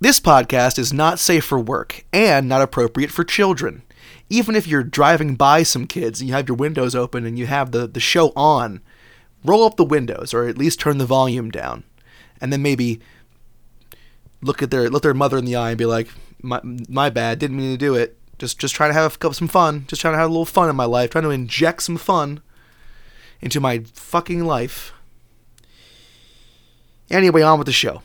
This podcast is not safe for work and not appropriate for children. Even if you're driving by some kids and you have your windows open and you have the, the show on, roll up the windows or at least turn the volume down. And then maybe look at their look their mother in the eye and be like, my, my bad, didn't mean to do it. Just just trying to have a cup some fun. Just trying to have a little fun in my life. Trying to inject some fun into my fucking life. Anyway, on with the show.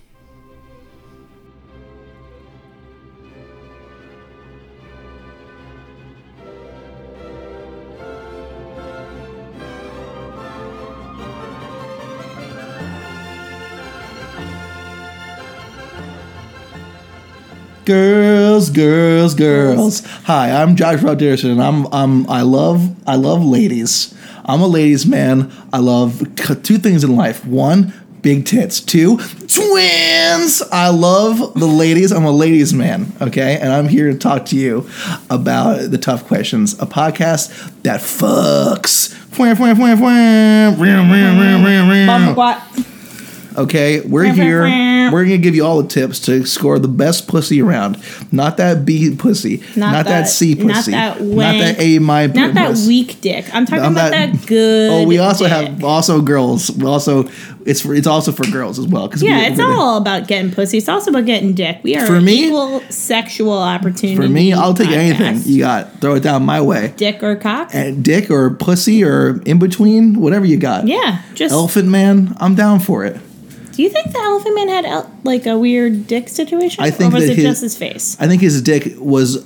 Girls, girls, girls. Hi, I'm Josh Rob Dickerson. and I'm I'm I love I love ladies. I'm a ladies man. I love c- two things in life. One, big tits. Two, twins. I love the ladies. I'm a ladies man, okay? And I'm here to talk to you about the tough questions, a podcast that fucks. Fwah, fwah, fwah, fwah. Rim, rim, rim, rim, rim. Mama, what? Okay, we're here. We're gonna give you all the tips to score the best pussy around. Not that B pussy. Not, Not that, that- C pussy. not that wank. Not that A my Not that puss. weak dick. I'm talking I'm about not- that good. Oh, we also dick. have also girls. We also it's for, it's also for girls as well. 'cause we- Yeah, it's we're gonna- all about getting pussy. It's also about getting dick. We are For an me- equal sexual opportunity. for me. I'll take podcast. anything you Eh. got. Throw it down my way. dick or cock. And dick or pussy or in between, whatever you got. yeah, just. Elephant man, I'm down for it. Do you think the elephant man had el- like a weird dick situation, I think or was that it his- just his face? I think his dick was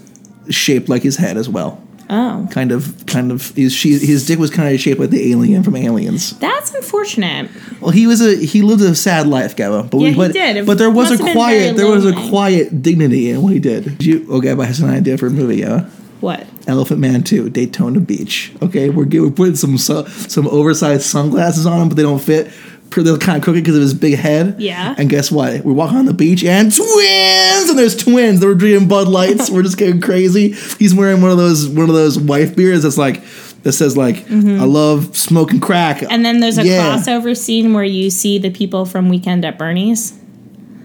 shaped like his head as well. Oh, kind of kind of his she, his dick was kind of shaped like the alien from Aliens. that's unfortunate. Well, he was a he lived a sad life, Gabba. But we, Yeah, he but, did. It But there was must a have been quiet very there was a lonely. quiet dignity in what he did. Did you oh Gabba has an idea for a movie, yeah. What? Elephant Man 2, Daytona Beach. Okay, we're, gi- we're putting some su- some oversized sunglasses on him, but they don't fit. Pr- They're kind of crooked because of his big head. Yeah. And guess what? We're walking on the beach and twins, and there's twins. They were drinking Bud Lights. we're just getting crazy. He's wearing one of those one of those wife beers that's like that says like I love smoking crack. Mm-hmm. And then there's a Yeah. crossover scene where you see the people from Weekend at Bernie's.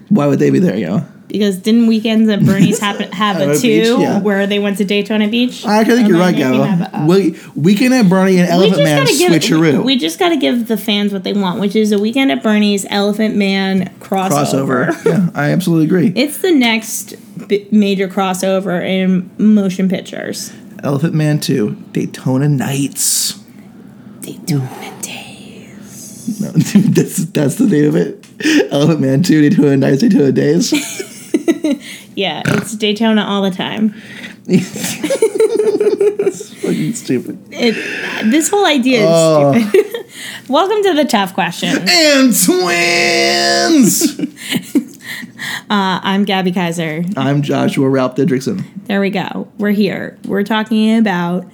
Why would they be there? You know. Because didn't weekends at Bernie's happen have At a a two beach, yeah. where they went to Daytona Beach? I actually think Am you're right, making that Gabba. up? We, Weekend at Bernie and uh, We Elephant just Man gotta give switcheroo. we, we just got to give the fans what they want, which is a weekend at Bernie's Elephant Man crossover. crossover. yeah, I absolutely agree. It's the next b- major crossover in motion pictures. Elephant Man 2, Daytona Nights. Daytona Days. No, that's that's the name of it. Elephant Man 2, Daytona Nights, Daytona Days. Yeah, it's Daytona all the time. Fucking stupid. It, this whole idea is Oh. stupid. Welcome to the tough question. Uh, And twins. I'm Gabby Kaiser. I'm Joshua Ralph Didrikson. There we go. We're here. We're talking about,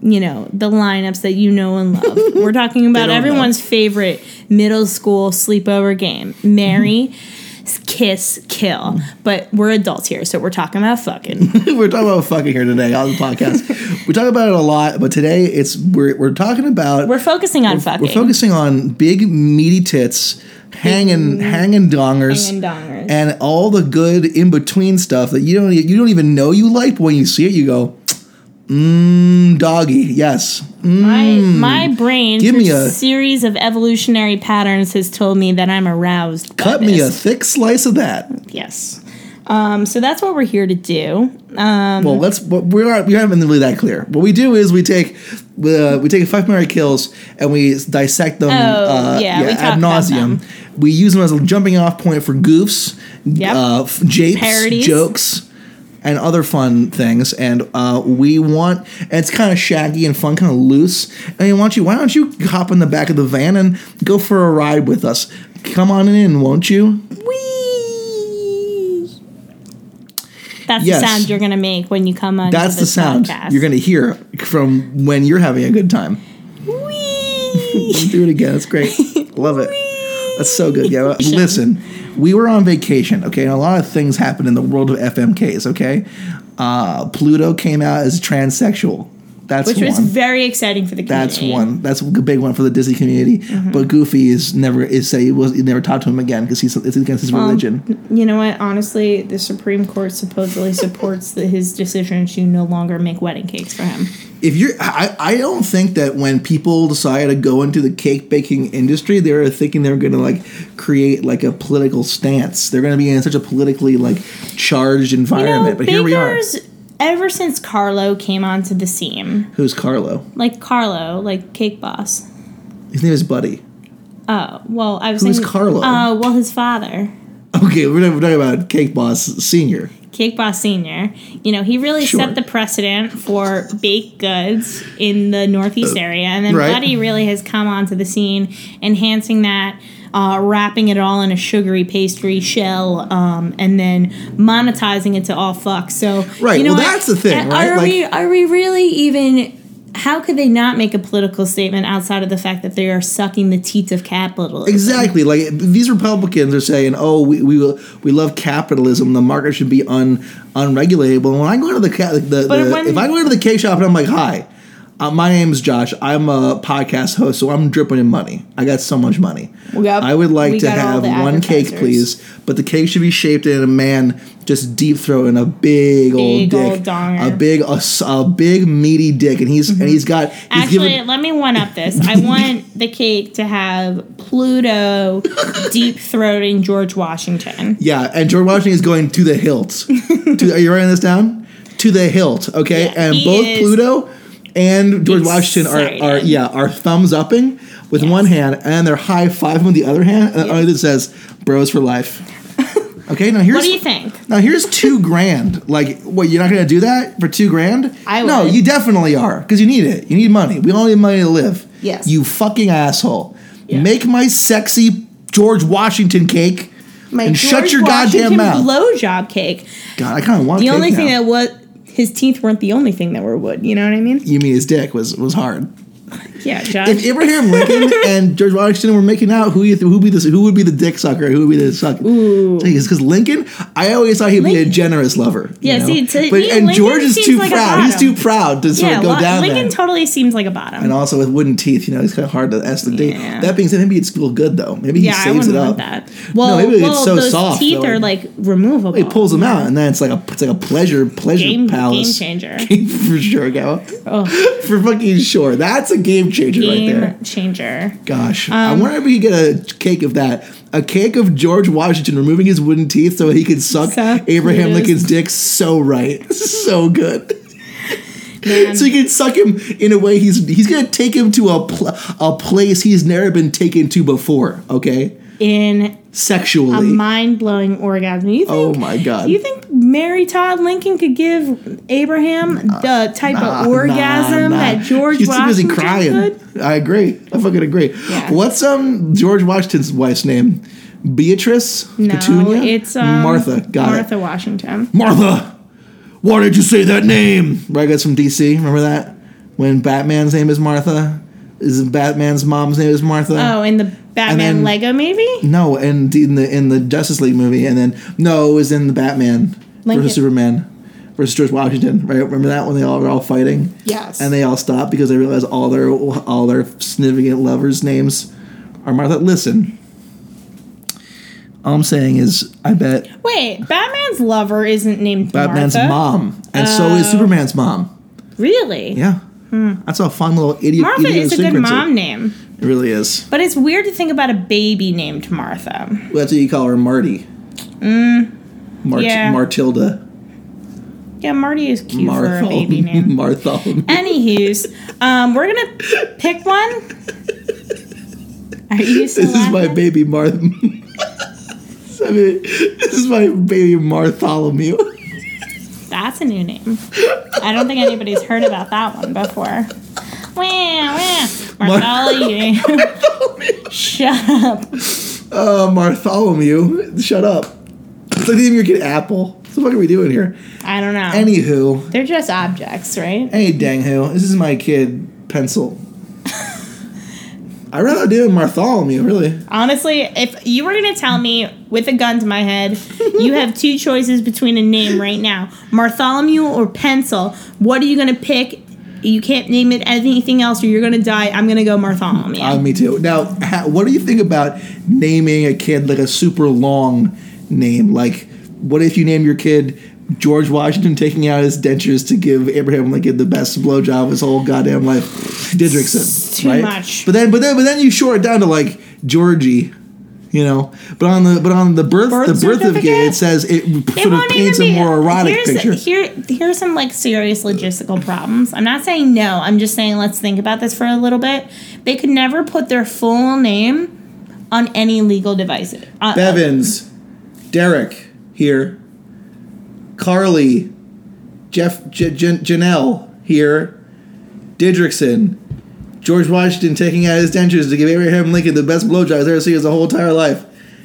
you know, the lineups that you know and love. We're talking about don't everyone's favorite middle school sleepover game marry, kiss, kill. But we're adults here, so we're talking about fucking. we're talking about fucking here today on the podcast. we talk about it a lot, but today it's we're we're talking about We're focusing on fucking. we're focusing on big meaty tits, hanging hanging dongers, Hanging dongers. and all the good in between stuff that you don't e- you don't even know you like. But when you see it, you go, mmm, doggy. Yes, my, my brain, Mm. Give through me a- series of evolutionary patterns, has told me that I'm aroused. by cut me a this. thick slice of that. Yes. Um, so that's what we're here to do. Mm-hmm. Well, let's. but We're not. We haven't been really that clear. What we do is we take, uh, we take five Mary kills and we dissect them. uh, Oh, yeah, we talk ad about nauseum. them. We use them as a jumping off point for goofs, Yep. uh, f- japes, Parodies. jokes, and other fun things. And uh, we want. And it's kind of shaggy and fun, kind of loose. And we want you. Why don't you hop in the back of the van and go for a ride with us? Come on in, won't you? Whee! That's Yes. the sound you're going to make when you come on. That's the this sound podcast. you're going to hear from when you're having a good time. Whee! Do it again. It's great. Love it. That's so good. Yeah. Listen, we were on vacation, okay, and a lot of things happened in the world of FMKs, okay? Uh, Pluto came out as transsexual. That's which one. was very exciting for the community. That's one. That's a big one for the Disney community. Mm-hmm. But Goofy is never is say it was it never taught to him again because he's it's against his religion. Um, You know what? Honestly, the Supreme Court supposedly supports the, his decision to no longer make wedding cakes for him. if you're I, I don't think that when people decide to go into the cake baking industry they're thinking they're going to like create like a political stance they're going to be in such a politically like charged You environment know, but here we are bakers, ever since Carlo came onto the scene, who's carlo like Carlo, like Cake Boss. his name is buddy Oh, well, I was Who's thinking, Carlo? Uh, well, his father. okay we're, not- we're talking about cake boss senior Cake Boss Senior, you know, he really Sure. set the precedent for baked goods in the Northeast area, and then Uh, right. Buddy really has come onto the scene, enhancing that, uh, wrapping it all in a sugary pastry shell, um, and then monetizing it to all fuck. So, Right, You know well, what? that's the thing, Uh, right? Are Like- we are we really even? How could they not make a political statement outside of the fact that they are sucking the teats of capitalism? Exactly. Like these Republicans are saying, "Oh, we we, we love capitalism. The market should be un unregulatable." And when I go into the, ca- the, But the- when- if I go into the cake shop and I'm like, "Hi, uh, my name's Josh. I'm a podcast host, so I'm dripping in money. I got so much money. We got- I would like we to got all have the one cake, advertisers. please, but the cake should be shaped in a man." Just deep throating a big, old Big dick, old donger. a big, a, s- a big meaty dick, and he's Mm-hmm. and he's got he's Actually, given- let me one up this. I want the cake to have Pluto deep throating George Washington. Yeah, and George Washington is going to the hilt. to, are you writing this down? To the hilt, okay? Yeah, and he both is Pluto and George Washington are, are excited. yeah are thumbs upping with Yes. one hand uh, and they're high fiving with the other hand and only that says "bros for life." Okay, now here's What do you think? now here's two grand. Like, what you're not gonna do that for two grand? I no, would. you definitely are because you need it. You need money. We all need money to live. Yes. You fucking asshole. Yeah. Make my sexy George Washington cake and shut George your goddamn Washington mouth. Blowjob cake. God, I kind of want The cake only now. thing that was his teeth weren't the only thing that were wood. You know what I mean? you mean his dick was was hard. Yeah, Josh. If Abraham Lincoln and George Washington were making out, who you th- who be this who would be the dick sucker? Who would be the sucker? Because Lincoln, I always thought he'd be a Lincoln- generous lover. you Yeah, know? see, to but me, and Lincoln George is seems too like a proud. He's bottom. too proud to sort yeah, of go Lo- down Lincoln there. totally seems like a bottom. and also with wooden teeth, you know, it's kind of hard to ask the date. Yeah. That being said, maybe it's still good though. Maybe yeah, he I saves wouldn't it want up. that. Well, maybe it's well, so those soft, teeth they're are like removable. He pulls them out, and then it's like a it's like a pleasure pleasure Game, game palace changer. for sure, Gal. Oh, For fucking sure, that's a game changer right game there. changer. Gosh, I Um, wonder if we could get a cake of that. A cake of George Washington removing his wooden teeth so he could suck Suck Abraham Pluto's- Lincoln's dick so right. so good. Man. So you can suck him in a way he's he's gonna take him to a pl- a place he's never been taken to before. Okay, In a sexually. mind blowing orgasm. You think, Oh my God. You think Mary Todd Lincoln could give Abraham the type Ah, of nah, orgasm nah. that George She's too busy Washington crying. could? I agree. I fucking agree. Yeah. What's um George Washington's wife's name? Beatrice. No, Petunia? it's um, Martha. Got it. Martha Washington. Martha, why did you say that name? Right, that's from DC. Remember that when Batman's name is Martha, is Batman's mom's name is Martha? Oh, in the Batman then- Lego movie. No, and in the in the Justice League movie, and then no, it was in the Batman Lincoln. versus Superman versus George Washington. Right, remember that when they all were all fighting? Yes. and they all stopped because they realized all their all their significant lovers' names are Martha. Listen, all I'm saying is, I bet Wait, Batman's lover isn't named Batman's Martha. Oh. mom, and so is Superman's mom. Really? Yeah. That's a fun little idiot. Hmm. Martha is a good idiosyncrasy. mom name, It really is. but it's weird to think about a baby named Martha. Well, that's what you call her, Marty. Mm. Mart- yeah. Martilda. Yeah, Marty is cute for a baby Marthol. name. Marthol. Anywho's, um, we're gonna pick one. Are you still This is my laughing? baby Marth. I mean, this is my baby Martholomew. That's a new name. I don't think anybody's heard about that one before. Wah, wah. Marcelli. Shut up. Uh, Martholomew. Shut up. It's like the name of your kid Apple. What the fuck are we doing here? I don't know. Anywho. They're just objects, right? Hey, dang who. This is my kid Pencil. I'd rather do Martholomew, really. Honestly, if you were gonna tell me with a gun to my head, you have two choices between a name right now, Bartholomew or Pencil. What are you gonna pick? You can't name it anything else, or you're gonna die. I'm gonna go Bartholomew. Uh, me too. Now, ha- what do you think about naming a kid like a super long name? Like, what if you name your kid George Washington taking out his dentures to give Abraham Lincoln the best blowjob of his whole goddamn life? Didrikson. Too right? much. But then, but then, but then you shore it down to like Georgie. You know, but on the but on the birth, Birth the birth of certificate? it says it It sort of won't paints a even be- more erotic here's, picture. Here, here's some like serious logistical problems. I'm not saying no. I'm just saying let's think about this for a little bit. They could never put their full name on any legal device. Uh, Bevins, Derek here, Carly, Jeff, J- Jan- Janelle here, Didrikson, George Washington taking out his dentures to give Abraham Lincoln the best blowjob I've ever seen his whole entire life.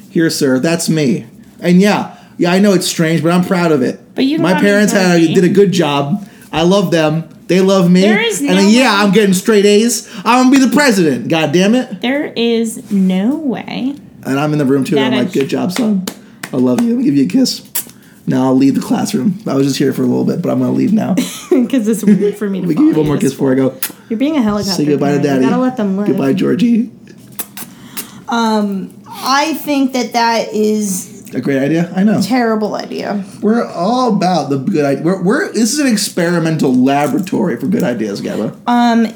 Here, sir, that's me. And yeah, yeah, I know it's strange, but I'm proud of it. But you my love me, parents had Dorothy. did a good job. I love them. They love me. There is and no then, yeah, way- I'm getting straight A's. I'm gonna be the president. God damn it. There is no way. And I'm in the room too. And That I'm like, is- good job, son. I love you. Let me give you a kiss. Now I'll leave the classroom. I was just here for a little bit, but I'm gonna leave now. Let Because it's weird for me to me give follow you one more this kiss before I go. far. You're being a helicopter. Say goodbye to parent. daddy. You gotta let them live. Goodbye, Georgie. I think that that is A great idea. I know. terrible idea. We're all about the good idea. We're, we're this is an experimental laboratory for good ideas, Gabba.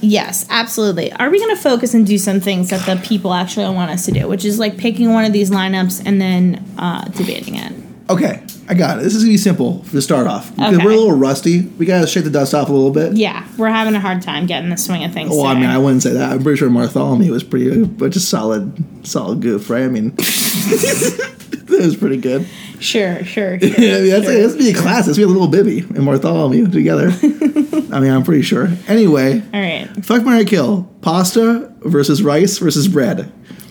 Yes, absolutely. Are we going to focus and do some things that the people actually want us to do, which is like picking one of these lineups and then uh, debating it? okay, I got it. This is gonna be simple to start off because Okay. we're a little rusty. We gotta shake the dust off a little bit. Yeah, we're having a hard time getting the swing of things. Well, Oh, I today. mean, I wouldn't say that. I'm pretty sure Bartholomew was pretty, but just solid, solid goof, right? I mean, that was pretty good. sure, sure. Yeah, I mean, that's, that's be a class. That's be a little Bibby and Bartholomew together. I mean, I'm pretty sure. Anyway, All right, fuck Mary Kill. Pasta versus rice versus bread.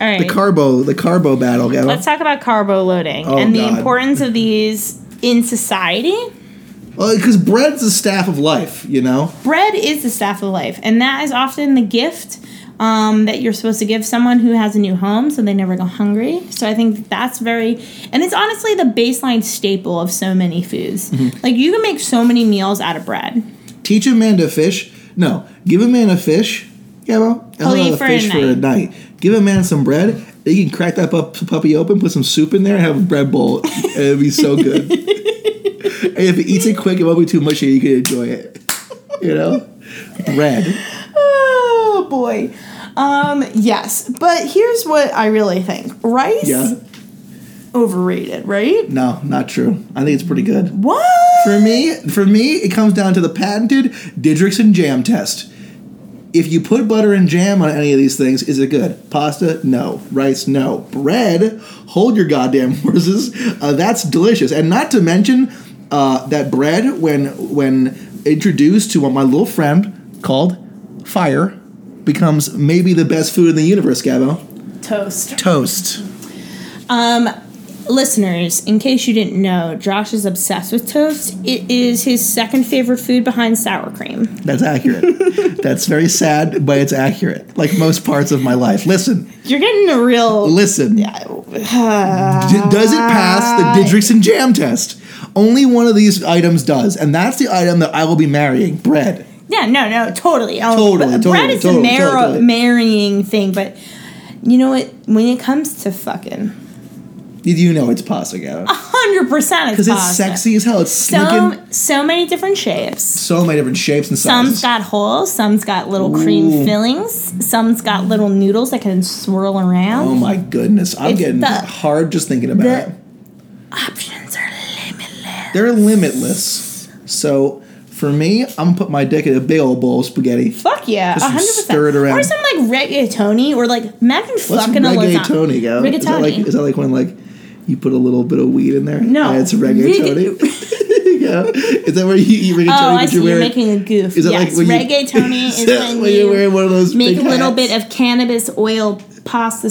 all right. The carbo, the carbo battle. Gavin. Let's talk about carbo loading Oh, and the God. importance of these in society. Well, because Uh, bread's the staff of life, you know. Bread is the staff of life, and that is often the gift. Um, that you're supposed to give someone who has a new home so they never go hungry. So I think that's very, and it's honestly the baseline staple of so many foods. Mm-hmm. Like you can make so many meals out of bread. Teach a man to fish. No, give a man a fish. Yeah, well, and He'll learn how eat to for a fish for a night. Give a man some bread. They can crack that pup, puppy open, put some soup in there, and have a bread bowl. and it'd be so good. and if it eats it quick, it won't be too mushy. You can enjoy it. You know, bread. Oh boy. Um, yes, but here's what I really think. Rice Yeah. overrated, right? No, not true. I think it's pretty good. What? For me, for me, it comes down to the patented Didrikson jam test. If you put butter and jam on any of these things, is it good? Pasta? No. Rice? No. Bread? Hold your goddamn horses. Uh, that's delicious. And not to mention uh, that bread, when when introduced to my little friend called Fire, becomes maybe the best food in the universe. Gabo, Toast. toast. Listeners, in case you didn't know, Josh is obsessed with toast. It is his second favorite food behind sour cream. That's accurate. That's very sad, but it's accurate. Like most parts of my life. Listen, You're getting a real. listen. D- does it pass the Didrikson jam test? Only one of these items does, and that's the item that I will be marrying bread. Yeah, no, no, totally. Oh, Totally, but totally, Bread is totally, the mar- totally. marrying thing, but you know what? When it comes to fucking, You- You know it's pasta, Gavin. hundred percent, Because it's sexy as hell. It's slinking So so many different shapes. so many different shapes and sizes. Some's got holes. Some's got little cream Ooh. fillings. Some's got little noodles that can swirl around. oh my goodness. I'm It's getting the- hard just thinking about the- it. Options are limitless. They're limitless. So for me, I'm going to put my dick in a big old bowl of spaghetti. Fuck yeah, Just hundred percent. stir it around. Or some like reggaetoni, or like imagine What's fucking a lasagna. reggaetoni, Gavin? Rigatoni. Is that like is that like when like you put a little bit of weed in there? No. and it's reggaetoni. yeah, is that where you eat reggaetoni? oh, I but see. You're wearing- making a goof. Is it yes, like when you- reggaetoni is, Is that when when you're you wearing one of those make a big little hats? bit of cannabis oil pasta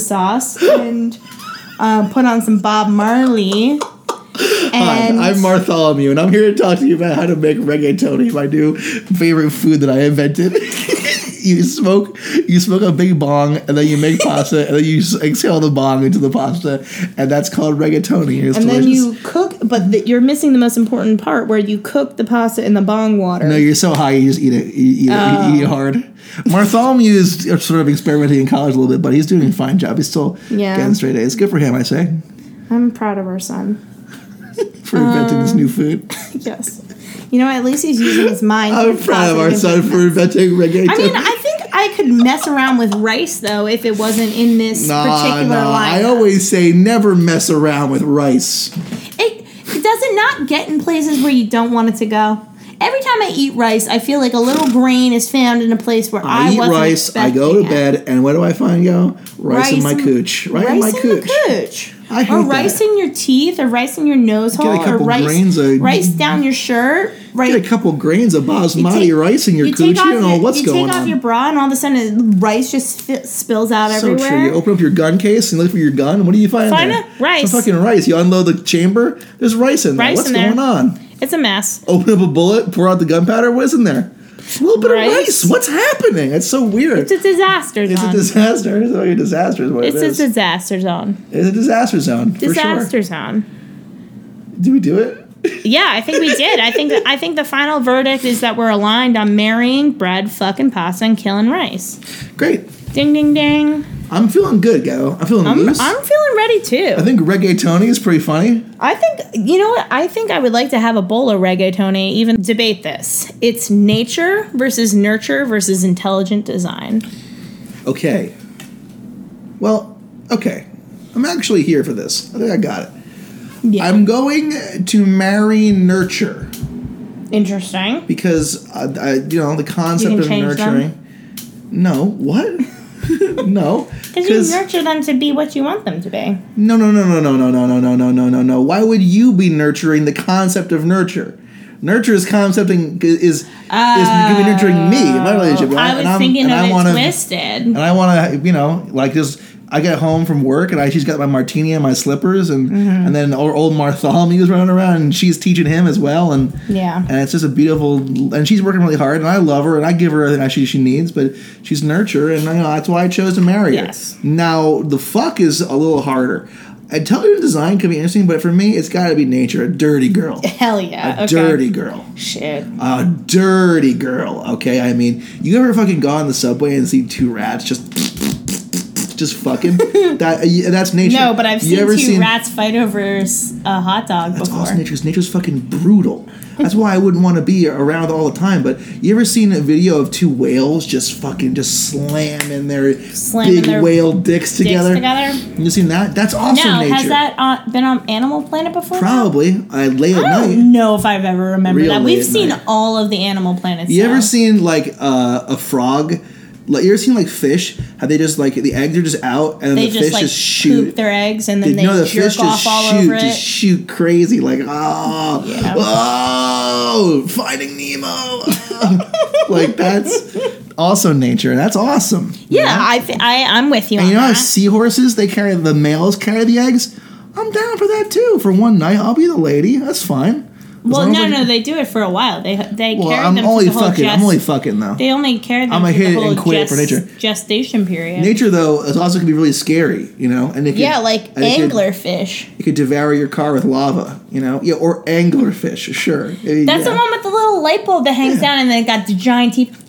sauce. And um, put on some Bob Marley. Hi, And I'm Bartholomew, and I'm here to talk to you about how to make reggaetoni, my new favorite food that I invented. you smoke you smoke a big bong and then you make pasta and then you s- exhale the bong into the pasta and that's called rigatoni. It's And then delicious. you cook, but th- you're missing the most important part where you cook the pasta in the bong water. No, you're so high, you just eat it. You eat, it. Oh. You eat hard. Bartholomew is sort of experimenting in college a little bit, but he's doing a fine job. He's still Yeah. getting straight A's. Good for him, I say, I'm proud of our son. for inventing Um, this new food. Yes. You know, at least he's using his mind. I'm for proud of our positive son for inventing reggaeton. I mean, I think I could mess around with rice though if it wasn't in this particular line. I always say never mess around with rice. it, it does it not get in places where you don't want it to go. Every time I eat rice, I feel like a little grain is found in a place where I, I, eat wasn't rice, I go to expecting it. bed, and what do I find, yo? Rice, in Rice my in- cooch. Right in Rice my in cooch. the cooch. I hate or that. rice in your teeth, or rice in your nose hole, a or couple rice grains of- rice down your shirt. Right, Get a couple grains of You basmati take- rice in your you cooch. You take off don't know your- what's you going take on. off your bra, and all of a sudden, rice just fi- spills out So everywhere. true. You open up your gun case and look for your gun. and What do you find? in Find there? a- rice. Some fucking rice. You unload the chamber. There's rice in there. Rice What's in there. going on? It's a mess. Open up a bullet. Pour out the gunpowder. What is in there? A little bit Rice. of rice. What's happening? It's so weird. It's a disaster It's a zone. It's disaster. It's like a disaster. Is what Um, a, it is. disaster zone. it's a disaster zone. Disaster For zone. sure. Do we do it? Yeah, I think we did. I think that, I think the final verdict is that we're aligned on marrying bread, fucking pasta, and killing rice. Great. Ding ding ding. I'm feeling good, Go. I'm feeling I'm, loose. i I'm feeling ready too. think reggae Tony is pretty funny. I think you know what I think I would like to have a bowl of reggaetoni even debate this. It's nature versus nurture versus intelligent design. Okay. Well, okay. I'm actually here for this. I think I got it. Yeah. I'm going to marry nurture Interesting. because I, I, you know the concept can of change them? nurturing. No, what? no, Because you nurture them to be what you want them to be. no, no, no, no, no, no, no, no, no, no, no, no, no. Why would you be nurturing the concept of nurture? Nurture is concepting is is gonna be nurturing me in my relationship. Oh, I was and I'm- thinking and of I it wanna- twisted. and I want to, you know, like just I get home from work and I she's got my martini and my slippers and Mm-hmm. and then old, old Bartholomew's running around and she's teaching him as well and Yeah. and it's just a beautiful and she's working really hard and I love her and I give her everything she she needs but she's nurture and you know, that's why I chose to marry Yes. her. Now the fuck is a little harder. Intelligent design could be interesting, but for me, it's got to be nature. A dirty girl, Hell yeah. okay. dirty girl. Shit. A dirty girl, okay? I mean, you ever fucking go on the subway and see two rats just just fucking that yeah, that's nature. No, but I've You seen ever two rats fight over s- a hot dog That's before. awesome. Nature's nature's fucking brutal. That's why I wouldn't want to be around all the time. But you ever seen a video of two whales just fucking just slamming their Slamming big their whale dicks Dicks together? together. You seen that? That's awesome no, nature. has that uh, been on Animal Planet before? Probably. I lay at I night. don't know if I've ever remembered Real that. late We've at seen night. all of the Animal Planets. You now. ever seen like uh, a frog? Like you ever seen like fish? How they just like the eggs are just out and they the just fish like just shoot. poop their eggs and then You they know, the jerk fish off just all shoot, over just it. shoot crazy like oh, Yeah. oh, Finding Nemo, oh. like that's also nature and that's awesome. yeah, I, thi- I I'm with you. And on you know how that. seahorses they carry the males carry the eggs. I'm down for that too. For one night, I'll be the lady. That's fine. As well, long as no, I- no, they do it for a while. They they Well, carried I'm them only through the whole fucking. gest- I'm only fucking though. They only carried them I'ma through hit the it whole and quit for gest- nature. gestation period. Nature though is also can be really scary, you know, and it could, yeah, like and it could- anglerfish. It could, devour your car with lava, you know, yeah, or anglerfish, sure. Eh, That's yeah. the one with the little light bulb that hangs down and then it got the giant teeth.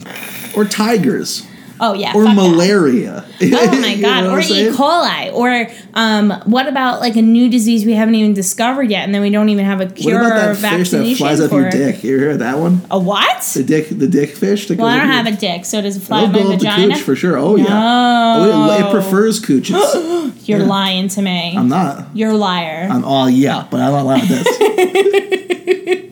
Or tigers, Oh yeah, or fuck that. malaria. Oh my god! or E. coli, or um, what about like a new disease we haven't even discovered yet, and then we don't even have a What cure about or that fish vaccination that flies for up your it. dick? You hear that one? A what? The dick, the dick fish. That Well, I goes don't up have your- a dick, so does it fly It'll in my blow up the vagina? cooch for sure. Oh yeah. Oh, it, it No. prefers cooches. You're lying to me. I'm not. You're a liar. I'm all yeah, but I'm not lying with this.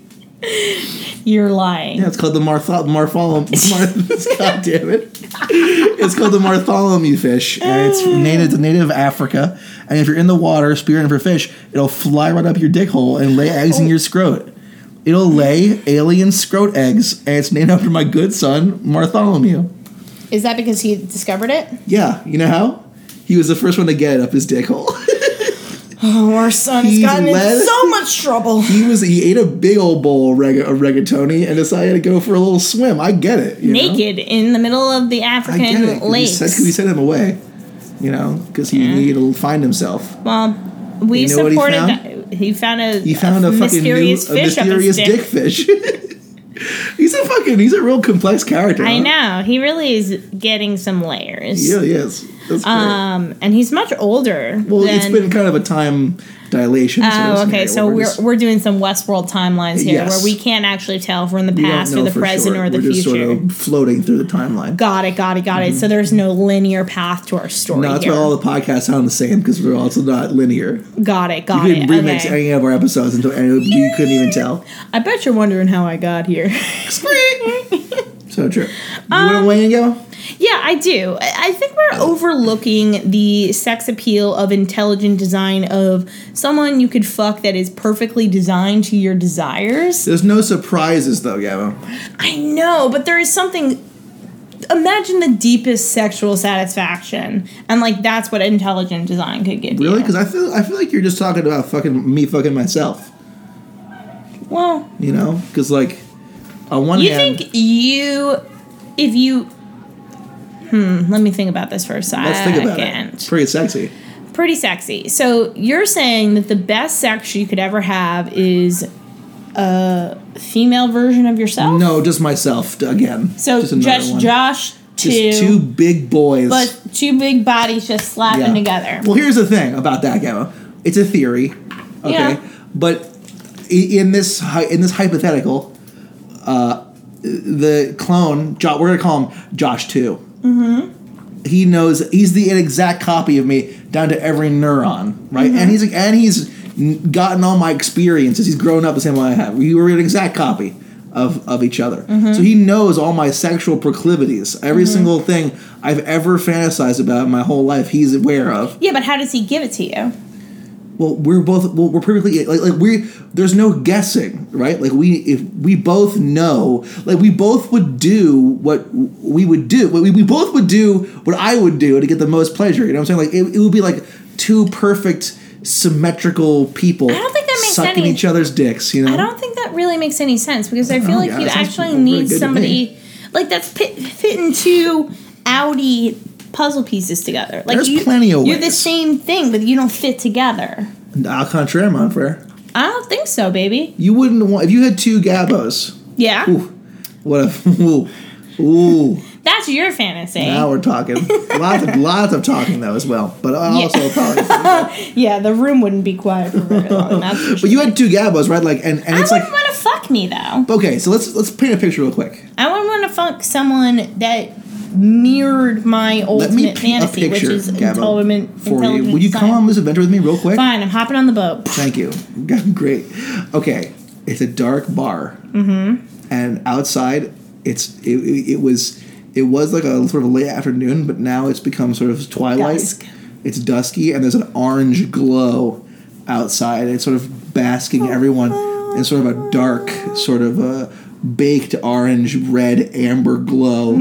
You're lying. Yeah, it's called the Marthol Martholomew. Mar- God damn it! It's called the Martholomew fish, and it's native to native Africa. And if you're in the water spearing for fish, it'll fly right up your dick hole and lay eggs in your scrot. It'll lay alien scrot eggs, and it's named after my good son Martholomew. Is that because he discovered it? Yeah, you know how? He was the first one to get it up his dick hole. Oh, our son has He's gotten led- into so much trouble. He was he ate a big old bowl of, reg- of rigatoni and decided to go for a little swim. I get it. you know? naked in the middle of the I get African it. 'cause We lakes. sent, we sent him away, you know, because he needed to find himself. well, Um, we You know what he supported. found? that- He found a, He found a, fucking new, mysterious a fish mysterious up his dick dick. fish. he's a fucking he's a real complex character. I huh? know he really is getting some layers. He really is. That's great. Um, and he's much older. well, than, it's been kind of a time dilation. sort of Oh, scenario okay. So where we're just- we're doing some Westworld timelines here, Yes. where we can't actually tell if we're in the we don't past or know the for present sure. or the we're future. just sort of floating through the timeline. Got it. Got it. Got it. So there's no linear path to our story. No, that's here. why all the podcasts sound the same because we're also not linear. got it. Got We didn't it. remix Okay. any of our episodes until and you couldn't even tell. I bet you're wondering how I got here. So true. You want Um, to weigh in, Gail? Yeah, I do. I I think we're overlooking the sex appeal of intelligent design of someone you could fuck that is perfectly designed to your desires. There's no surprises though, Gabo. I know, but there is something. Imagine the deepest sexual satisfaction, and like that's what intelligent design could give Really? you. Because I feel I feel like you're just talking about fucking me fucking myself. Well, You know? Because like on one you hand, think you, if you, hmm, let me think about this for a second. let's think about it. It's pretty sexy. pretty sexy. So you're saying that the best sex you could ever have is a female version of yourself? No, just myself d- again. So just, another one. Josh two, just two big boys. but two big bodies just slapping Yeah. together. Well, here's the thing about that, Gabo. It's a theory, okay? Yeah. But i- in this hy- in this hypothetical, uh, the clone, jo- we're gonna call him Josh 2 Mm-hmm. He knows he's the exact copy of me down to every neuron, right? And he's and he's n- gotten all my experiences. He's grown up the same way I have. We were an exact copy. Of, of each other, so he knows all my sexual proclivities. Every single thing I've ever fantasized about in my whole life, he's aware of. yeah, but how does he give it to you? Well, we're both well, we're perfectly like like we there's no guessing, right? Like we if we both know, like we both would do what we would do. We, we both would do what I would do to get the most pleasure. You know what I'm saying? Like it, it would be like two perfect symmetrical people I don't think that makes sucking any- each other's dicks, you know? I don't think that really makes any sense because I feel like yeah, you that sounds actually really need good to somebody like that's fit, fitting two Audi puzzle pieces together. Like There's you, plenty of you're the ways. same thing, but you don't fit together. Al contraire, mon frere. I don't think so, baby. You wouldn't want if you had two gabos. Yeah, Ooh, what a ooh, ooh. that's your fantasy. Now we're talking. lots of lots of talking though as well, but also probably. Yeah, the room wouldn't be quiet for very long. That's for But sure. you had two gabos, right? Like, and, and I it's wouldn't like want to fuck me though. okay. So let's let's paint a picture real quick. I wouldn't want to fuck someone that mirrored my Let me ultimate paint fantasy, a which picture, is Gabbo, intelligent. for you. intelligent Will you come design. on this adventure with me real quick? Fine, I'm hopping on the boat. Thank you. Great. Okay, it's a dark bar, mm-hmm. and outside it's it, it, it was it was like a sort of late afternoon, but now it's become sort of twilight. Dusk. It's dusky, and there's an orange glow outside. It's sort of Oh, basking everyone in sort of a dark, sort of a baked orange, red, amber glow.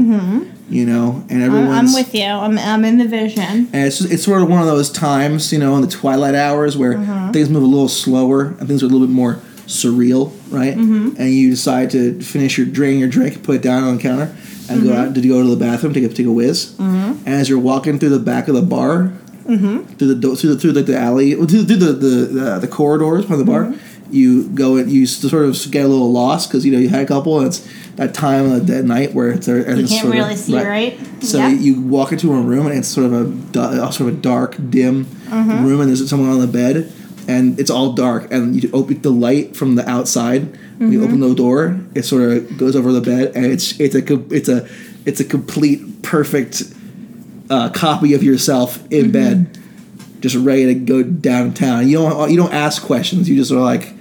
You know, and Mm-hmm. I'm, everyone's I'm with you. I'm, I'm in the vision. and it's, just, it's sort of one of those times, you know, in the twilight hours where Uh-huh. things move a little slower and things are a little bit more surreal, right? Mm-hmm. And you decide to finish your drain your drink, put it down on the counter, and Mm-hmm. go out to go to the bathroom, take a take a whiz. And as you're walking through the back of the bar, Mm-hmm. through the do- through the through like the alley, well, through, through the, the the the corridors behind the bar, Mm-hmm. you go and you s- sort of get a little lost because you know you had a couple, and it's that time of the night where it's everything's Can't sort of- really see, right? so Yeah. you walk into a room and it's sort of a du- uh, sort of a dark, dim room, and there's someone on the bed, and it's all dark. And you open the light from the outside. When you open the door, it sort of goes over the bed, and it's it's a co- it's a it's a complete perfect uh, copy of yourself in bed, just ready to go downtown. You don't you don't ask questions. You just are like.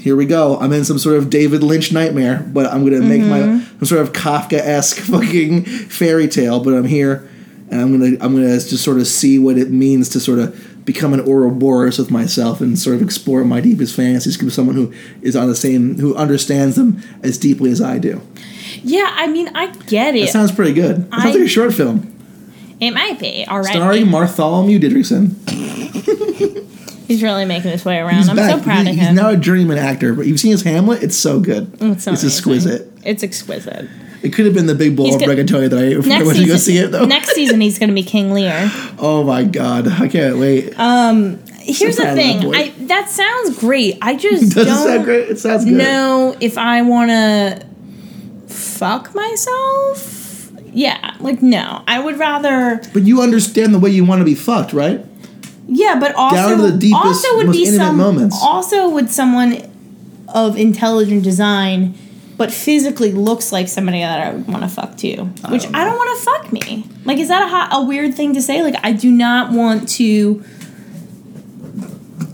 Here we go. I'm in some sort of David Lynch nightmare, but I'm gonna make my Mm-hmm. some sort of Kafka esque fucking fairy tale. But I'm here, and I'm gonna I'm gonna just sort of see what it means to sort of become an Ouroboros with myself and sort of explore my deepest fantasies with someone who is on the same who understands them as deeply as I do. Yeah, I mean, I get That it. sounds pretty good. It I- sounds like a short film it might be. All right. starring Martholomew Didrikson. He's really making his way around. He's I'm so back. proud He- of He's him. now a journeyman actor, but you've seen his Hamlet. It's so good. it's so amazing. exquisite. It's exquisite. It could have been the big bowl He's of go- regattoya that I ate before I Next went to season, go see it, though. next season he's going to be King Lear. Oh my god, I can't wait. Here's proud the of that thing. boy. I that sounds great. I just Does it don't sound great? It sounds good. know if I want to fuck myself. Yeah, like no. I would rather But you understand the way you want to be fucked, right? Yeah, but also to the deepest, also would most be intimate some moments. also would someone of intelligent design but physically looks like somebody that I would want to fuck too, which I don't want to fuck me. Like is that a hot, a weird thing to say? Like I do not want to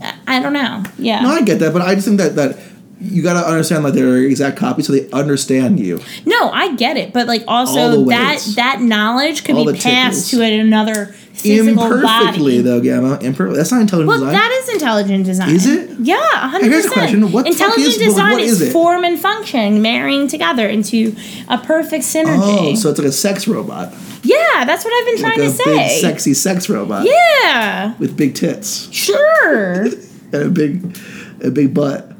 I- I don't know. Yeah. No, I get that, but I just think that that you gotta understand like they're exact copies, so they understand you. No, I get it, but like All also the that ways. that knowledge could All be the passed tickles. to another physical Imperfectly body. though, Gamma. Imperfect. That's not intelligent Well, design. that is intelligent design. Is it? Yeah, hundred percent. Here's a question. What the fuck intelligent is- what- design what is is it? form and function marrying together into a perfect synergy. oh, so it's like a sex robot, yeah, that's what I've been like trying a to say. big sexy sex robot yeah, with big tits sure. and a big, a big butt,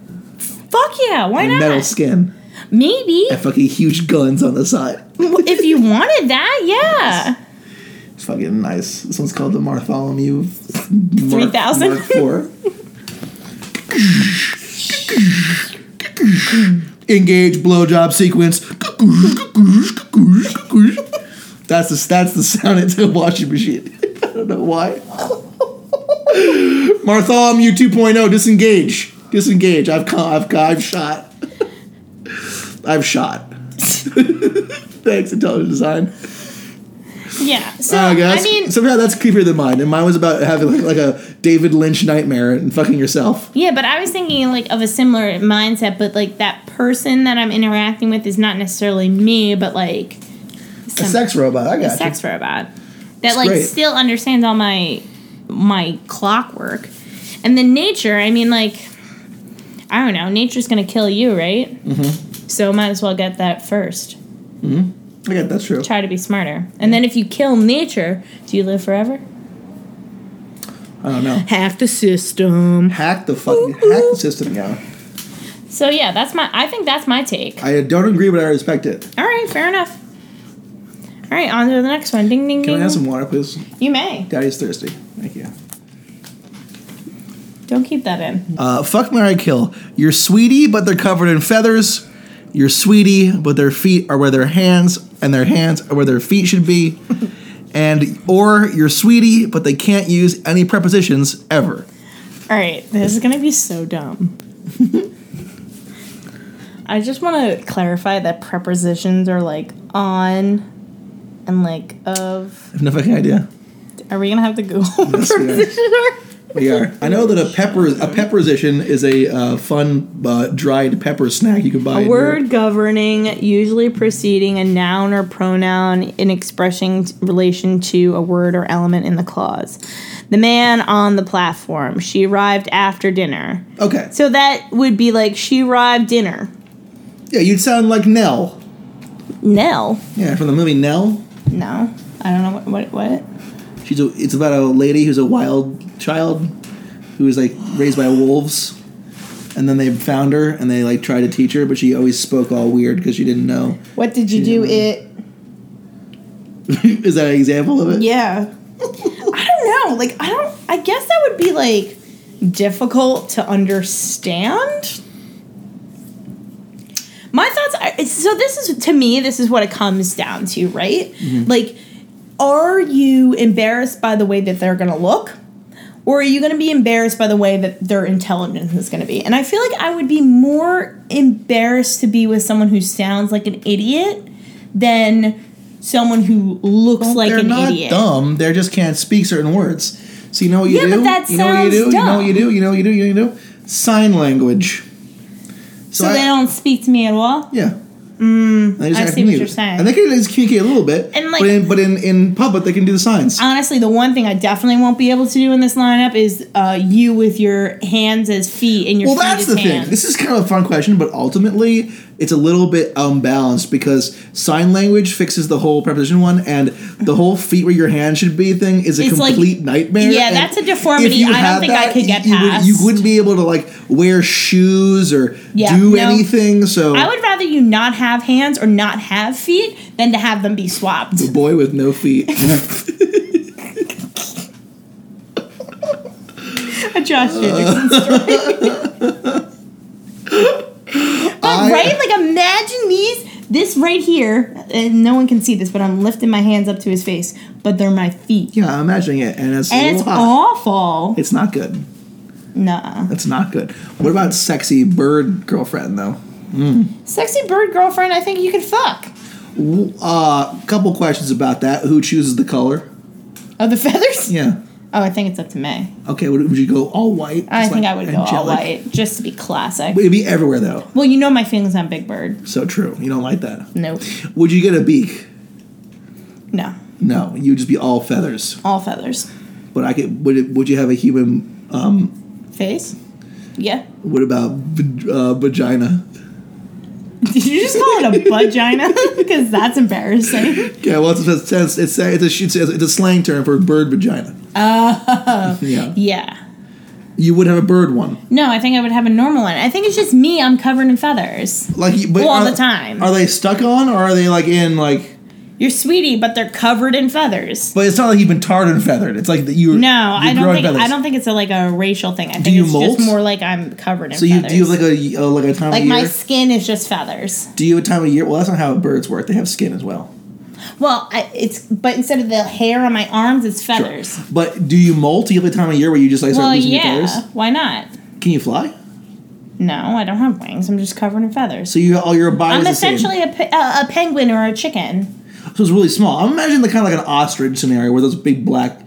Fuck yeah, why and metal not? skin, Maybe and fucking huge guns on the side. if you wanted that, yeah. It's fucking nice. This one's called the Bartholomew Mark- 3000. Mark Four. Engage blowjob sequence. That's the that's the sound it's a washing machine. I don't know why. Bartholomew 2.0. Disengage. Disengage. I've con- I've I've shot. I've shot. Thanks, intelligent design. Yeah. So Oh, guys. I mean somehow that's creepier than mine. And mine was about having like, like a David Lynch nightmare and fucking yourself. Yeah, but I was thinking like of a similar mindset, but like that person that I'm interacting with is not necessarily me, but like A sex robot. I got you. sex robot that like great. still understands all my my clockwork and then nature. I mean, like I don't know, nature's gonna kill you, right? Mm-hmm. So might as well get that first. I got that's true. Try to be smarter, and then if you kill nature, do you live forever? I don't know. Hack the system. Hack the fucking hack the system, yeah. So yeah, that's my. I think that's my take. I don't agree, but I respect it. All right, fair enough. All right, on to the next one. Ding, ding, Can ding. I have some water, please? you may. Daddy's thirsty. Thank you. Don't keep that in. Uh, fuck Mary Kill. You're sweetie, but they're covered in feathers. You're sweetie, but their feet are where their hands and their hands are where their feet should be. and or you're sweetie, but they can't use any prepositions ever. All right, this is gonna be so dumb. I just want to clarify that prepositions are like on and like I of. have no fucking idea. Are we gonna have to Google Yes, we are. preposition? We are. I know that a pepper a peppersition is a uh, fun uh, dried pepper snack you can buy. A in word Europe. governing, usually preceding a noun or pronoun in expressing t- relation to a word or element in the clause. The man on the platform. She arrived after dinner. Okay. So that would be like she arrived dinner. yeah, you'd sound like Nell. Nell. Yeah, from the movie Nell. No, I don't know what what what. She's a, it's about a lady who's a wild child who was like raised by wolves, and then they found her and they like tried to teach her, but she always spoke all weird because she didn't know. What did you do? It. is that an example of it? Yeah. I don't know. Like I don't. I guess that would be like difficult to understand. My thoughts are so. This is to me. This is what it comes down to, right? Mm-hmm. Like, are you embarrassed by the way that they're going to look, or are you going to be embarrassed by the way that their intelligence is going to be? And I feel like I would be more embarrassed to be with someone who sounds like an idiot than someone who looks like they're an not idiot. dumb. They just can't speak certain words. So you know what you Yeah, do. but that you know what you sounds do. You know what dumb. you do. You know what you do. You know what you do. Sign language. So, they don't speak to me at all? Yeah. They just I act see what mute. you're saying. And they can just communicate a little bit. And, like- but in, but in, in public, they can do the signs. Honestly, the one thing I definitely won't be able to do in this lineup is uh, you with your hands as feet and your well, feet that's as the hands. thing. This is kind of a fun question, but ultimately, it's a little bit unbalanced because sign language fixes the whole preposition one, and the whole feet where your hand should be thing is a It's like- complete nightmare. Yeah, and that's a if deformity you I don't had think I could get you, would- past. You, wouldn't be able to like wear shoes or Yeah, do no. anything. So I would rather you not have hands or not have feet than to have them be swapped. boy with no feet. Josh Jacobson story. but I- right, like imagine these. This right here, and no one can see this, but I'm lifting my hands up to his face. But they're my feet, yeah, I'm imagining it, and it's a and little it's hot. awful. It's not good. Nah, That's not good. What about sexy bird girlfriend though? sexy bird girlfriend. I think you could fuck. W- Uh, couple questions about that. Who chooses the color? Oh, the feathers. Yeah. Oh, I think it's up to me. Okay. Would, would you go all white? I Just, think like, I would go all angelic? white just to be classic. But It'd be everywhere though. Well, you know my feelings on Big Bird. So true. You don't like that. Nope. Would you get a beak? No, No. You'd just be all feathers. all feathers. But I could. Would it, Would you have a human? Um. Face. Yeah. What about v- uh, vagina? Did you just call it a vagina? Because that's embarrassing. Yeah. Well, it's a it's it's a, it's a, it's a, it's a slang term for bird vagina. Oh. yeah. Yeah. You would have a bird one. No, I think I would have a normal one. I think it's just me. I'm covered in feathers. Like you- but All are- the time. Are they stuck on, or are they like in like? You're sweetie, but they're covered in feathers. But it's not like you've been tarred and feathered. It's like that you. No, I don't think I don't think it's a, like a racial thing. I think you it's molt? just more like I'm covered in So you feathers. do you have like a uh, like a time Like of year? my skin is just feathers. do you have a time of year? Well, that's not how birds work. They have skin as well. Well, I, it's but instead of the hair on my arms, it's feathers. But do you molt? Do you have a time of year where you just like start Well, losing yeah. your feathers? Why not? Can you fly? No, I don't have wings. I'm just covered in feathers. So you all your body. I'm is the essentially a, pe- a, a penguin or a chicken. Same. So it's really small. I'm imagining the kind of like an ostrich scenario where those big black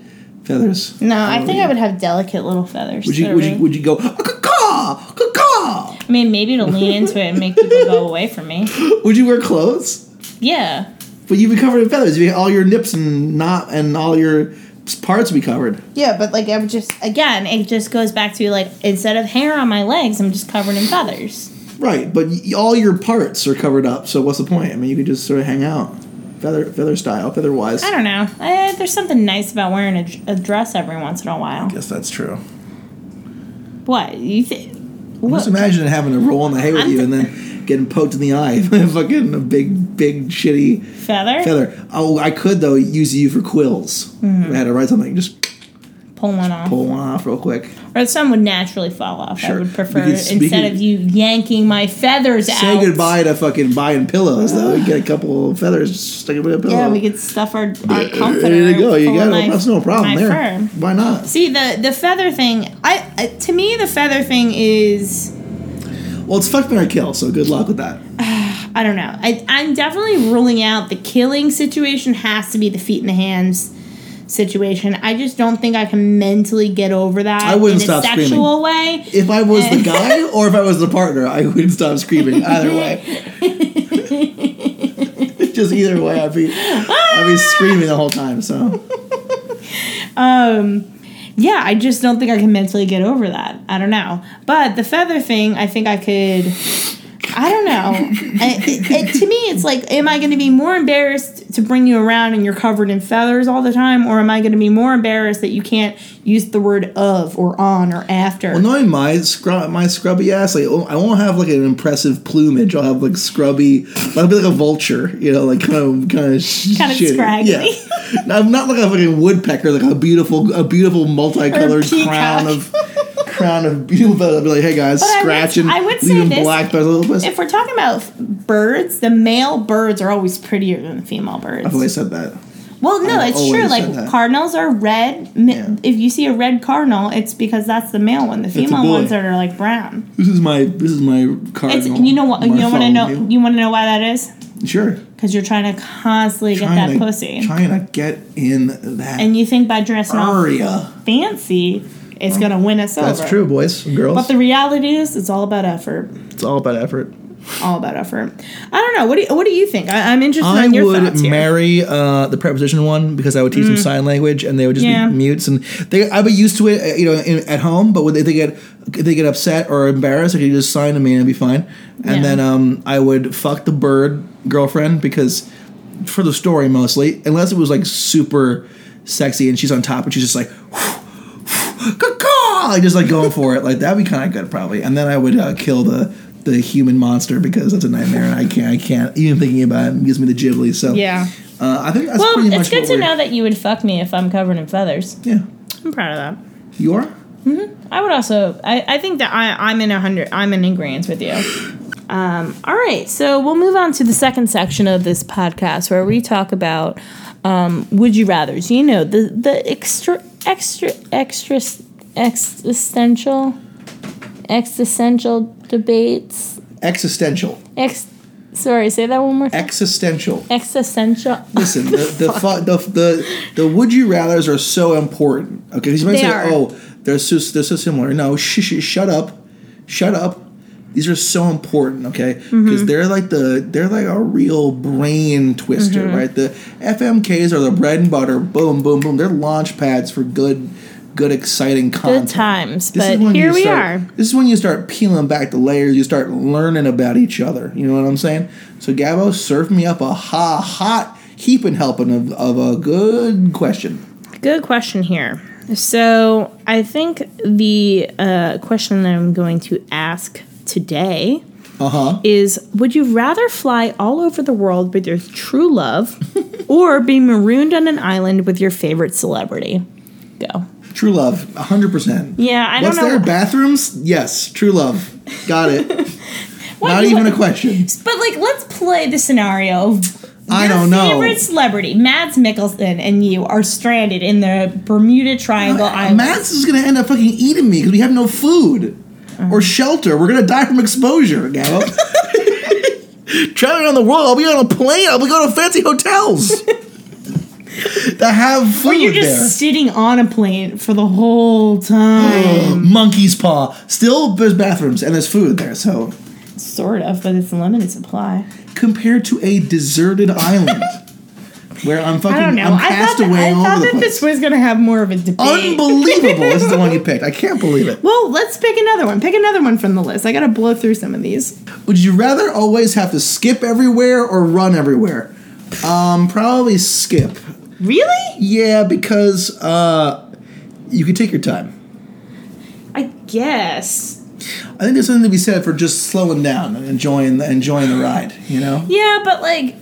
feathers. No, I think I would have delicate little Oh, feathers. Would you that would are you really- would you go caw caw? I mean, maybe to lean into it and make people go away from me. Would you wear clothes? Yeah. But you'd be covered in feathers. You all your nips and not and all your parts would be covered. Yeah, but like I'm just again, it just goes back to like instead of hair on my legs, I'm just covered in feathers. Right, but y- all your parts are covered up. So what's the point? I mean, you could just sort of hang out, feather feather style, feather wise. I don't know. Eh, there's something nice about wearing a, dr- a dress every once in a while. guess that's true. What you think? Just imagine having a roll in the hay with I'm- you and then getting poked in the eye by fucking a big big shitty Feather? feather. Oh, I could though use you for quills. If I had to write something, just Pull one off, pull one off real quick. or some would naturally fall off. Sure. I We would prefer could it speak instead it- of you yanking my feathers Say out. goodbye to fucking buying pillows though. You get a couple of feathers stuck in a pillow. Yeah, we could stuff our, our comforter. There you go. You full got of it. my- That's no problem my there. fur. Why not? See the the feather thing. I uh, to me the feather thing is Well, it's fuck Mary Kill, so good luck with that. I don't know. I I'm definitely ruling out the killing situation. Has to be the feet and the hands situation. I just don't think I can mentally get over that. I wouldn't in stop a screaming. sexual way. If I was the guy or if I was the partner, I wouldn't stop screaming. Either way. Just either way, I'd be, I'd be screaming the whole time. So Yeah, I just don't think I can mentally get over that. I don't know. But the feather thing, I think I could. I don't know. I, it, it, to me, it's like, am I going to be more embarrassed to bring you around and you're covered in feathers all the time, or am I going to be more embarrassed that you can't use the word of or on or after? knowing my scrub, my scrubby ass, like oh, I won't have like an impressive plumage. I'll have like scrubby. I'll be like a vulture, you know, like kind of kind of Kind of scraggly. Yeah, I'm not like a fucking woodpecker, like a beautiful a beautiful multicolored Or a crown of crown of beautiful. feathers. I'll be like, hey guys, I would- scratching, I would say leaving this, black feathers, little bit. if we're talking about f- birds, the male birds are always prettier than the female birds. I've always said that. Well, no, I've it's always true. said Like that. cardinals are red. Mi- If you see a red cardinal, it's because that's the male one. The female boy. ones are like brown. This is my this is my cardinal. It's you know what you want to know Bartholomew. you want to know why that is sure. because you're trying to constantly get that Trying to- pussy, Trying to get in that and you think by dressing all area. fancy, it's gonna win us over. That's true, boys and girls. But the reality is, it's all about effort. It's all about effort. all about effort. I don't know. What do you, what do you think? I, I'm interested I in your would thoughts here. Mm. marry uh, the preposition one because I would teach them sign language, and they would just Yeah. be mutes. And they, I'd be used to it, uh, you know, in, at home. But when they, they get if they get upset or embarrassed, I could just sign to me and it'd be fine. And Yeah. then um, I would fuck the bird girlfriend because for the story mostly, unless it was like super sexy and she's on top and she's just like. Caw-caw! Like just like going for it, like that'd be kind of good probably. And then I would uh, kill the the human monster because that's a nightmare, and I can't, I can't even thinking about it gives me the ghibli. So Yeah. uh, I think that's Well, pretty much. it's good what to we're- know that you would fuck me if I'm covered in feathers. Yeah, I'm proud of that. you are. I would also. I, I think that I, I'm in a hundred. I'm in agreement with you. Um, all right, so we'll move on to the second section of this podcast where we talk about um, would you rather's. You know the the extra extra extra existential existential debates. Existential, Ex. Sorry, say that one more time. existential. Existential. Listen, the the, fu- the the the would you rather's are so important. Okay, because you might They say, are. "Oh, they're so they're so similar." No, sh- sh- shut up, shut up. These are so important, okay? Because Mm-hmm. they're like the they're like a real brain twister, Mm-hmm. right? The FMKs are the bread and butter. Boom, boom, boom. They're launch pads for good, good, exciting Good content. times, This but is when here you we start- are. This is when you start peeling back the layers. You start learning about each other. You know what I'm saying? So Gabo, serve me up a ha hot heaping helping of, of a good question. Good question here. So I think the uh, question that I'm going to ask today Uh huh. is Would you rather fly all over the world with your true love or be marooned on an island with your favorite celebrity? Go. True love, hundred percent. Yeah, I What's don't know. there? Bathrooms? Yes. True love. Got it. Not you even want- a question. But like, let's play the scenario. of I your don't know. favorite celebrity, Mads Mikkelsen, and you are stranded in the Bermuda Triangle Uh, Island. Matt's is gonna end up fucking eating me because we have no food Uh-huh. or shelter. We're gonna die from exposure, Gabo. Traveling around the world, I'll be on a plane. I'll be going to fancy hotels that have food You're just there. sitting on a plane for the whole time. Monkey's paw. Still, there's bathrooms and there's food there. So Sort of, but it's a limited supply. compared to a deserted island where I'm fucking I don't know. I'm I thought cast that, away I all thought over the that place. this was going to have more of a debate. Unbelievable! this is the one you picked. I can't believe it. well, let's pick another one. Pick another one from the list. I got to blow through some of these. Would you rather always have to skip everywhere or run everywhere? Um, probably skip. Really? Yeah, because uh, you can take your time. I guess. I think there's something to be said for just slowing down and enjoying the, enjoying the ride. You know, Yeah, but like,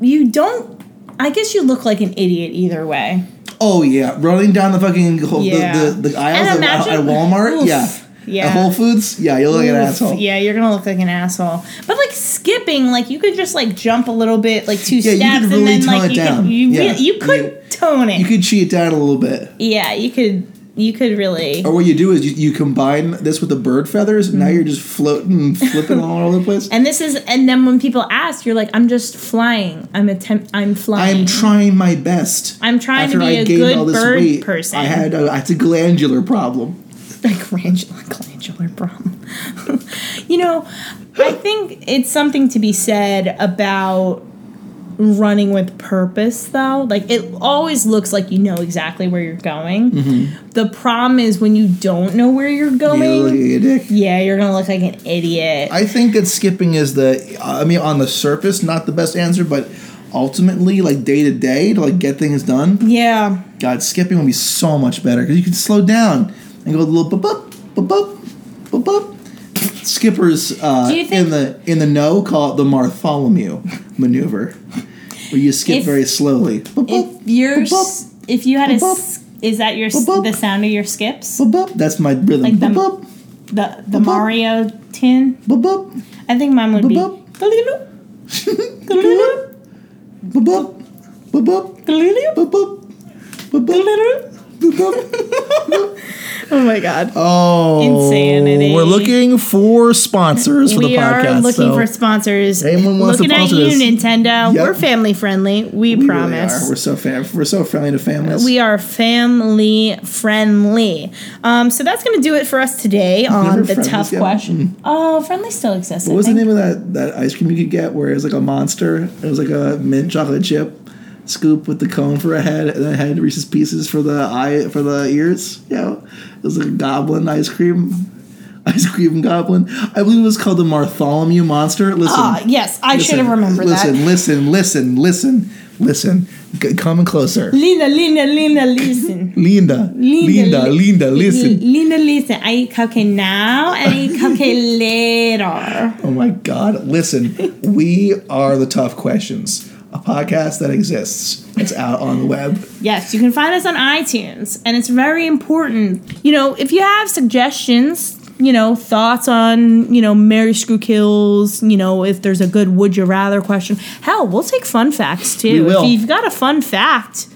you don't. I guess you look like an idiot either way. Oh yeah, running down the fucking whole, Yeah. the, the, the And aisles of- uh, at, imagine- at Walmart. Oof. yeah. Yeah. At Whole Foods. Yeah, you look like an Oof, asshole. Yeah, you're gonna look like an asshole. But like skipping, like you could just like jump a little bit, like two Yeah, you steps, could and really then tone like it you down. could you, Yeah. really, you could You- tone it. You could cheat down a little bit. yeah, you could you could really. Or what you do is you, you combine this with the bird feathers, and now you're just floating and flipping all over the place. Mm-hmm. And this is, and then when people ask, you're like, I'm just flying. I'm attempt. I'm flying. I'm trying my best. I'm trying to After be I a gained good all this bird weight, person. I had a, I had a glandular problem. a glandular, glandular problem. you know, I think it's something to be said about running with purpose, though. Like it always looks like you know exactly where you're going. The problem is when you don't know where you're Mm-hmm. You look going. like a dick. Yeah, you're gonna look like an idiot. I think that skipping is the I mean on the surface not the best answer, but ultimately like day to day to like get things done. yeah. God, skipping would be so much better because you can slow down and go a little bup bup bup bup bup bup. Skippers uh, Do you think- in the in the know call it the Bartholomew maneuver, where you skip If- very slowly. Bup, If bup, you're, bup, bup. s- if you had a, s- is that your s- Boop, boop. the sound of your skips? Boop, boop. That's my rhythm. Like them- boop, The the boop. Mario tin. boop, boop, I think mine would be. Boop, Galiloo, boop. galiloo, Boop, boop. Boop, boop. galiloo, Boop, boop. Boop, boop. galiloo. Boop, boop. Oh my god. Oh, Insanity. We're looking for sponsors for we the podcast. are looking so for sponsors. Anyone wants to looking at sponsor you, this. Nintendo. Yep. We're family friendly. We, we really promise. are. We're so fam- we're so friendly to families. We are family friendly. Um, so that's going to do it for us today on the Friendly's tough got- question. Oh, friendly still exists. Mm-hmm. what was the name of that, that ice cream you could get where it was like a monster? It was like a mint chocolate chip scoop with the cone for a head, and then it had Reese's pieces for the eye for the ears. Yeah, it was like a goblin ice cream, ice cream goblin. I believe it was called the Martholomew monster. Listen, Ah, yes, I should have remembered listen, that. Listen, listen, listen, listen, listen. Coming closer. Lina, Lina, Lina, listen. Linda, Linda, Linda, li- listen. Lina, listen. I eat cupcake now and I eat cupcake later. Oh my God. Listen, we are the tough questions, a podcast that exists. It's out on the web. Yes, you can find us on iTunes, and it's very important. You know, if you have suggestions, you know, thoughts on, you know, Mary Screw Kills, you know, if there's a good would you rather question. Hell, we'll take fun facts too. We will. If you've got a fun fact,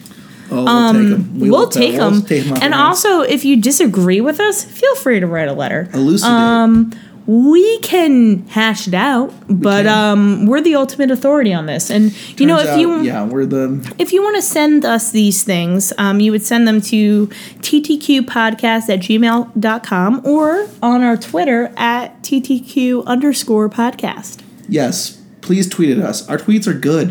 Oh, we'll take them. we will Um, take them. and also also, if you disagree with us, feel free to write a letter. elucidate. um, We can hash it out, but can. um we're the ultimate authority on this. And you know, Turns if out, you yeah, we're the if you want to send us these things, um, you would send them to ttqpodcast at gmail.com or on our Twitter at ttq underscore podcast. yes. Please tweet at us. Our tweets are good.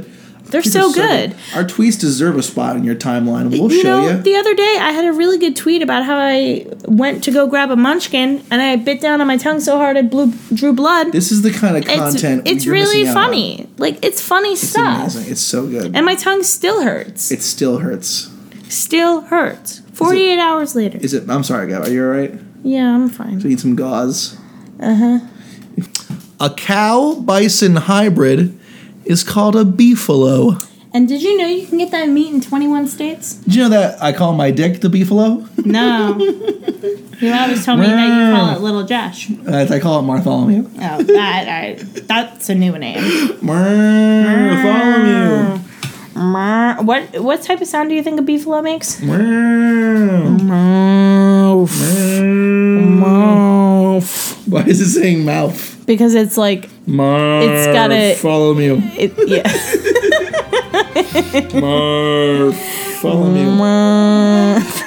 They're Tweets so are good. Our tweets deserve a spot in your timeline. We'll you show know, you. the other day I had a really good tweet about how I went to go grab a munchkin and I bit down on my tongue so hard I blew, drew blood. this is the kind of content. it's it's you're really missing out on. funny. Like, it's funny It's stuff. amazing. It's so good. And my tongue still hurts. it still hurts. still hurts. 48 hours later. Is it? I'm sorry, Gab. Are you all right? Yeah, I'm fine. Need some gauze. Uh huh. A cow bison hybrid is called a beefalo. And did you know you can get that meat in 21 states? Did you know that I call my dick the beefalo? No. you always told me that you call it Little Josh. Uh, I call it Martholomew. Oh, that, I, that's a new name. Martholomew. Mer- Mm. What what type of sound do you think a beefalo makes? Marth. Mm. Mouth. Why is it saying mouth? Because it's like Marth. It's got a- Follow me. it, yeah. Marth. Follow me. Mer- Oh